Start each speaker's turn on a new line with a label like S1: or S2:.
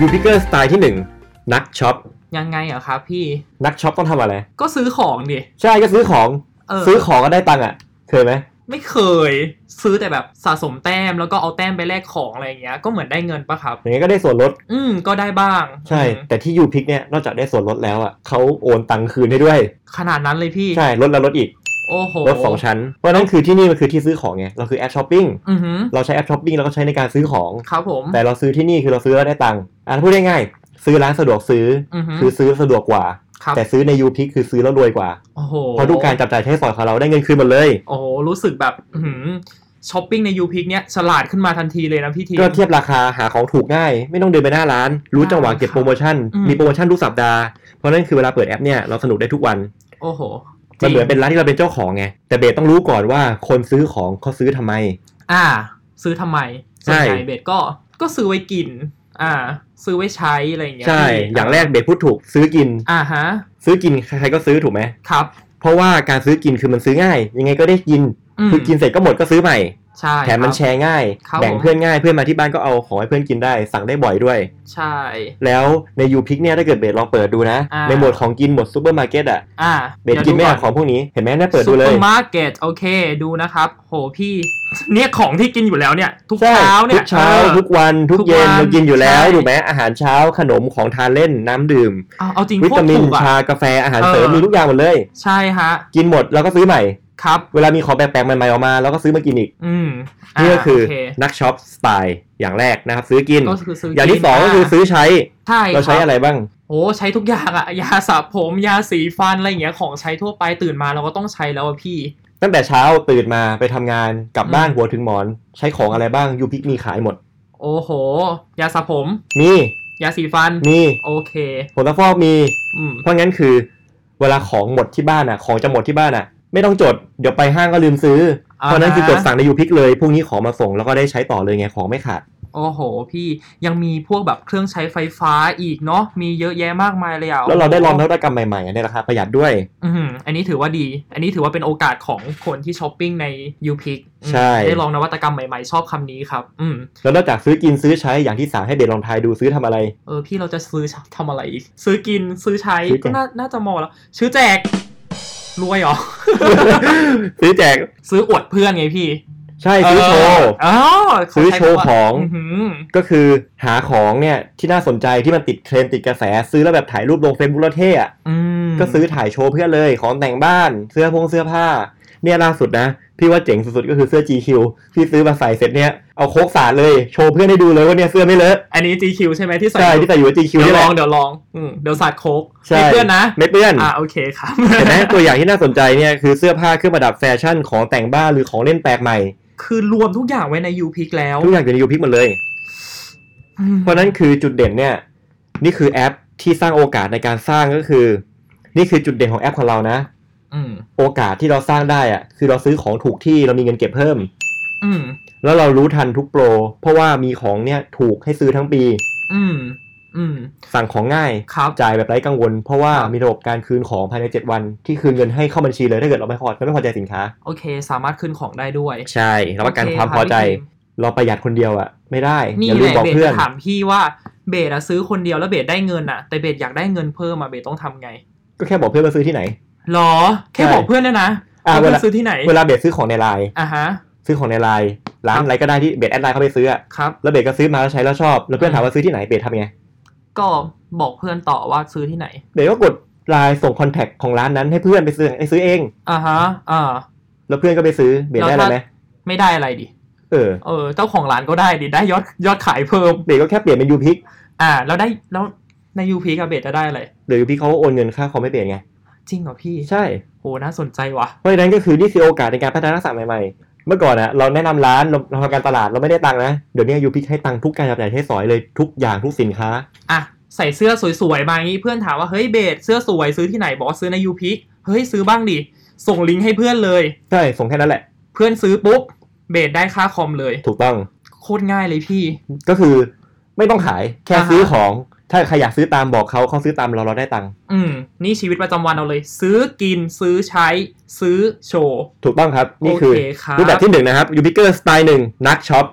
S1: ยูพิเกอร์สไตล์ที่หนึ่งนักช็อป
S2: ยังไงเหรอครับพี่
S1: นักช็อปต้องทำอะไร
S2: ก็ซื้อของดิ
S1: ใช่ก็ซื้อของ
S2: เออ
S1: ซื้อของก็ได้ตังค์อ่ะ เคยไหม
S2: ไม่เคย ซื้อแต่แบบสะสมแต้มแล้วก็เอาแต้มไปแลกของอะไรอย่างเงี้ย ก็เหมือนได้เงินปะครับ
S1: อย่างงี้ก็ได้ส่วนลด
S2: อืมก็ได้บ้าง
S1: ใช่
S2: อืม
S1: แต่ที่ยูพิกเนี่ยนอกจากได้ส่วนลดแล้วอ่ะเขาโอนตังค์คืนให้ด้วย
S2: ขนาดนั้นเลยพี่
S1: ใช่ลดแล้วลดอีก
S2: โอ้โห
S1: ลดสองชั้น เพราะนั่นคือที่นี่มันคือที่ซื้อของไงเราคือแอปช้อปปิ้ง
S2: อือหือ
S1: เราใช้แอปช้อปปิ้งเราก็ใช้ในการซื้อของ
S2: ครับผม
S1: แต่เราซื้อที่นี่คือเราซื้อแล้วได้ตังค์อ่ะพูดง่ายๆซื้อร้านสะดวกซื้อ
S2: อือหือ
S1: คือซื้อสะดวกกว่า
S2: ครับ
S1: แต่ซื้อในยูพิกคือซื้อแล้วรวยกว่า
S2: โอ้โห
S1: เพราะดูการจับจ่ายใช้สอยของเราได้เงินคืนหมดเลย
S2: โอ้โหรู้สึกแบบอื้อหือช้อปปิ้งในยูพิกเนี้ยฉลาดขึ้นมาทันทีเลยนะพี่ที
S1: ก็เทียบราคาหาของถูกง่าย ไม่ต้องเดินไปหน้าร้าน รู้จังหวะเก็บโปรโมชั่น
S2: อืม
S1: มีโปรโมชั่นทุกสัปดาห์ เพราะนั่นคือเวลาเปิดแอปเนี่ยเราสนุกได้ทุกวัน
S2: โอ้โหจริง
S1: มันเหมือนเป็นร้านที่เราเป็นเจ้าของไง แต่เบสต้องรู้ก่อนว่าคนซื้อของเขาซื้อทำไม
S2: อ่า ซื้อทำไมส่วน
S1: ใช่
S2: ใหญ่เบสก็ก็ซื้อไว้กิน อ่า ซื้อไว้ใช้อะไรอย่างเงี้ย
S1: ใช่
S2: พี่
S1: อย่างแรกเบสพูดถูกซื้อกิน
S2: อ่าฮะ
S1: ซื้อกินใครๆก็ซื้อถูกไหม
S2: ครับ
S1: เพราะว่าการซื้อกินคือมันซื้อง่าย ยังไงก็ได้กิน
S2: ม
S1: คือกินเสร็จก็หมดก็ซื้อใหม่
S2: ใช่
S1: แถมมัน
S2: ครับ
S1: แชร์ง่าย
S2: ครับ
S1: แบ่ง
S2: ผม
S1: เพื่อนง่าย เพื่อนมาที่บ้านก็เอาของให้เพื่อนกินได้ สั่งได้บ่อยด้วย
S2: ใช่
S1: แล้วในยูพิกเนี่ยถ้าเกิดเบสลองเปิดดูนะ
S2: อ่า
S1: ในหมวดของกินหมวดซูเปอร์มาร์เก็ตอะ
S2: อ่า
S1: เบสกินไม่เอาของพวกนี้เห็นไหมเนี่ยเปิดดูเลย
S2: ซูเปอร์มาร์เก็ตโอเคดูนะครับ โหพี่ เนี่ยของที่กินอยู่แล้วเนี่ย ทุก
S1: ใช่
S2: เช้าเนี่
S1: ทุ
S2: ย
S1: กเช้า
S2: ออ
S1: ทุกวันทุก
S2: ทุก
S1: เย็น
S2: วัน
S1: เรากินอยู่แล้ว
S2: ใช่
S1: ถูกไหมอาหารเช้าขนมของทานเล่นน้ำดื่ม
S2: เอาเอาจริง
S1: วิ
S2: โคต
S1: ตาร มิน
S2: ถูกอ่ะ
S1: ชากาแฟอาหารเสริม
S2: เออ
S1: มีทุกอย่างหมดเลย
S2: ใช่ฮะ
S1: กินหมดเราก็ซื้อใหม่
S2: ครับ
S1: เวลามีของแปลกๆใหม่ๆออกมาเราก็ซื้อมากินอีก
S2: อืมา
S1: นี่ก็คือ
S2: โเ
S1: นักช็อปสไตล์อย่างแรกนะครับ ซื้อกิน
S2: ก็คือซื้อ
S1: อ
S2: อย่าง
S1: ที่สองก็คือซื้อใช้
S2: ใช่
S1: เราใช้
S2: คบ
S1: อะไรบ้าง
S2: โอ้ใช้ทุกอย่างอ่ะ ยาสระผมยาสีฟันอะไรอย่างเงี้ยของใช้ทั่วไปตื่นมาเราก็ต้องใช้แล้วอะพี่
S1: ตั้งแต่เช้าตื่นมาไปทำงานกลับ
S2: อืม
S1: บ้านหัวถึงหมอน ใช้ของอะไรบ้างยูพิกมีขายหมด
S2: โอ้โห ยาสระผม
S1: มี
S2: ยาสีฟัน
S1: มี
S2: โอเค
S1: ผลฟอกมี
S2: อืม
S1: เพราะงั้นคือ เวลาของหมดที่บ้านอ่ะ ของจะหมดที่บ้านอ่ะ ไม่ต้องจดเดี๋ยวไปห้างก็ลืมซื้ออเพราะนั้นคือกดสั่งในยูพิกเลยพรุ่งนี้ของมาส่งแล้วก็ได้ใช้ต่อเลยไงของไม่ขาด
S2: โอ้โห พี่ยังมีพวกแบบเครื่องใช้ไฟฟ้าอีกเนาะมีเยอะแยะมากมายเลยอ่ะ
S1: แล้วเราได้ลองนวัตกรรมใหม่ๆในราคาประหยัดด้วย
S2: อืมอันนี้ถือว่าดี อันนี้ถือว่าเป็นโอกาสของคนที่ช้อปปิ้งใน u p i c
S1: ใช่
S2: ได้ลองนวัตกรรมใหม่ๆ ชอบคำนี้ครับ อืม
S1: แล้วนอกจากซื้อกินซื้อใช้อย่างที่สามให้เบสลองทายดูซื้อทำอะไร
S2: เออพี่เราจะซื้อทำอะไรอีก ซื้อกินซื้อใช้
S1: ซื้อแจก
S2: ก็น่าน่าจะมอแล้วซื้อแจก รวยเหรอ
S1: ซื้อแจก
S2: ซื้ออวดเพื่อนไงพี่
S1: ใช่ซื้อโชว์
S2: เอออ๋อเขา
S1: ซื้อ
S2: ใช้
S1: โชว์
S2: คำา
S1: ของ
S2: หือ
S1: ก็คือหาของเนี่ยที่น่าสนใจที่มันติดเทรนด์ติดกระแส ซื้อแล้วแบบถ่ายรูปลงเฟซบุ๊กแล้วเท่อะ
S2: อืม
S1: ก็ซื้อถ่ายโชว์เพื่อนเลยของแต่งบ้านเสื้อพงเสื้อผ้า เนี่ยล่าสุดนะ พี่ว่าเจ๋งสุดๆก็คือเสื้อ GQ พี่ซื้อมาใส่เสร็จเนี่ยเอาโคกสาดเลยโชว์เพื่อนให้ดูเลยว่าเนี่ยเสื้อไม่เลอะ
S2: อันนี้ GQ ใช่ไหมที่ใส่
S1: ใช่
S2: อยู่
S1: ที่ใส่อยู่ว่า GQ
S2: เดี๋ย
S1: นี่
S2: ว
S1: แห
S2: ลอ
S1: ละ
S2: งเดี๋ยวลองอืมเดี๋ยวสาดโคก
S1: ใช่
S2: เพื่อนนะ
S1: ไม่เปื้อน
S2: อ่าโอเคครับ
S1: เห็นไหมตัวอย่างที่น่าสนใจเนี่ยคือเสื้อผ้าเครื่องประดับแฟชั่นของแต่งบ้านหรือของเล่นแปลกใหม่
S2: คือรวมทุกอย่างไว้ในยูพิกแล้ว
S1: ทุกอย่างอยู่ในยูพิกหมดเลย
S2: อืม
S1: เพราะนั้นคือจุดเด่นเนี่ยนี่คือแอปที่สร้างโอกาสในการสร้างก็คือ นี่คือจุดเด่นของแอปของเรานะ
S2: อืม
S1: โอกาสที่เราสร้างได้อะคือเราซื้อของถูกที่เรามีเงินเก็บเพิ่ม
S2: อืม
S1: แล้วเรารู้ทันทุกโปร เพราะว่ามีของเนี่ยถูกให้ซื้อทั้งปี
S2: อืมอืม
S1: สั่งของง่าย
S2: ครับ
S1: จ่ายแบบไร้กังวล เพราะว่า
S2: ครับ
S1: มีระบบการคืนของภายใน 7 วัน ที่คืนเงินให้เข้าบัญชีเลยถ้าเกิดเราไม่พอไม่พอใจสินค้า
S2: โอเค สามารถขึ้นของได้ด้วย
S1: ใช่แล้วประกันความพอใจ เราประหยัดคนเดียวอะไม่ได้
S2: โอเค
S1: อ
S2: ค่ะ
S1: ย่าลืมบอก
S2: พี่ทีมนี่แหละเบส
S1: เพื่อน
S2: จะถามพี่ว่าเบสอะซื้อคนเดียวแล้วเบสได้เงินอะแต่เบสอยากได้เงินเพิ่มอะเบสต้องทำไง
S1: ก็แค่บอกเพื่อนมาซื้อที่ไหน
S2: หรอ แค่
S1: ใช่
S2: บอกเพื่อนด้วยนะ
S1: อ่ะ
S2: ว่าเพื่อ
S1: เวลา
S2: นซื้อที่ไหน
S1: เวลาเบสซื้อของในไลน์
S2: อ่ะฮะ
S1: ซื้อของในไลน์ร้า
S2: คน รับ
S1: อะไรก็ได้ที่เบสแอดไลน์เข้าไปซื้ออะ
S2: ครับ
S1: แล้วเบสก็ซื้อมาแล้วใช้แล้วชอบ แล้วเพื่อนถามว่าซื้อที่ไหนเบสทำไง
S2: ก็บอกเพื่อนต่อว่าซื้อที่ไหน
S1: เบสก็กดไลน์ส่งคอนแทคของร้านนั้นให้เพื่อนไปซื้อให้ซื้อเอง
S2: อ่ะฮะอ่า
S1: แล้วเพื่อนก็ไปซื้อเบรได้อะไรไหม
S2: ไม่ได้อะไรดิ
S1: เออ
S2: เออเจ้าของร้านก็ได้ดิได้ยอดยอดขายเพิ่ม
S1: เบรก็แค่เปลี่ยนเป็นยูพิก
S2: อ่า แล้วได้แล้วในยูพีกับเบสจะได้อะไร
S1: หรือยูพิกเขาโอนเงินค่าคอมไม่เปลี่ยนไง
S2: จริงเหรอพี่
S1: ใช่
S2: โหน่าสนใจว่ะ
S1: เพราะฉะนั้นก็คือนี่คือโอกาสในการพัฒนาทักษะใหม่ๆ เมื่อก่อนอะเราแนะนำร้านเราเราทำการตลาดเราไม่ได้ตังค์นะ เดี๋ยวนี้ยูพิกให้ตังค์ทุกการจับจ่ายใช้สอยเลยทุกอย่างทุกสินค้า
S2: อ่ะ ใส่เสื้อสวยๆมาอย่างงี้เพื่อนถามว่าเฮ้ยเบสเสื้อสวยซื้อที่ไหนบอกว่าซื้อในยูพีเฮ้ยซื้อบ้างดิ ส่งลิงก์ให้เพื่อนเลย
S1: ใช่ส่งแค่นั้นแหละ
S2: เพื่อนซื้อปุ๊บเบสได้ค่าคอมเลย
S1: ถูกต้อง
S2: โคตรง่ายเลยพี่
S1: ก็คือไม่ต้องขายแค่
S2: อ่าฮะ
S1: ซื้อของ ถ้าใครอยากซื้อตามบอกเขาเขาซื้อตามเราเราได้ตังค์
S2: อืม นี่ชีวิตประจำวันเราเลย ซื้อกินซื้อใช้ ซื้อโชว์
S1: ถูกต้องครับนี่
S2: โอ
S1: คือ
S2: เคครับ
S1: รูปแบบที่หนึ่งนะครับยูพิกเกอร์สไตล์หนึ่งนักช็อป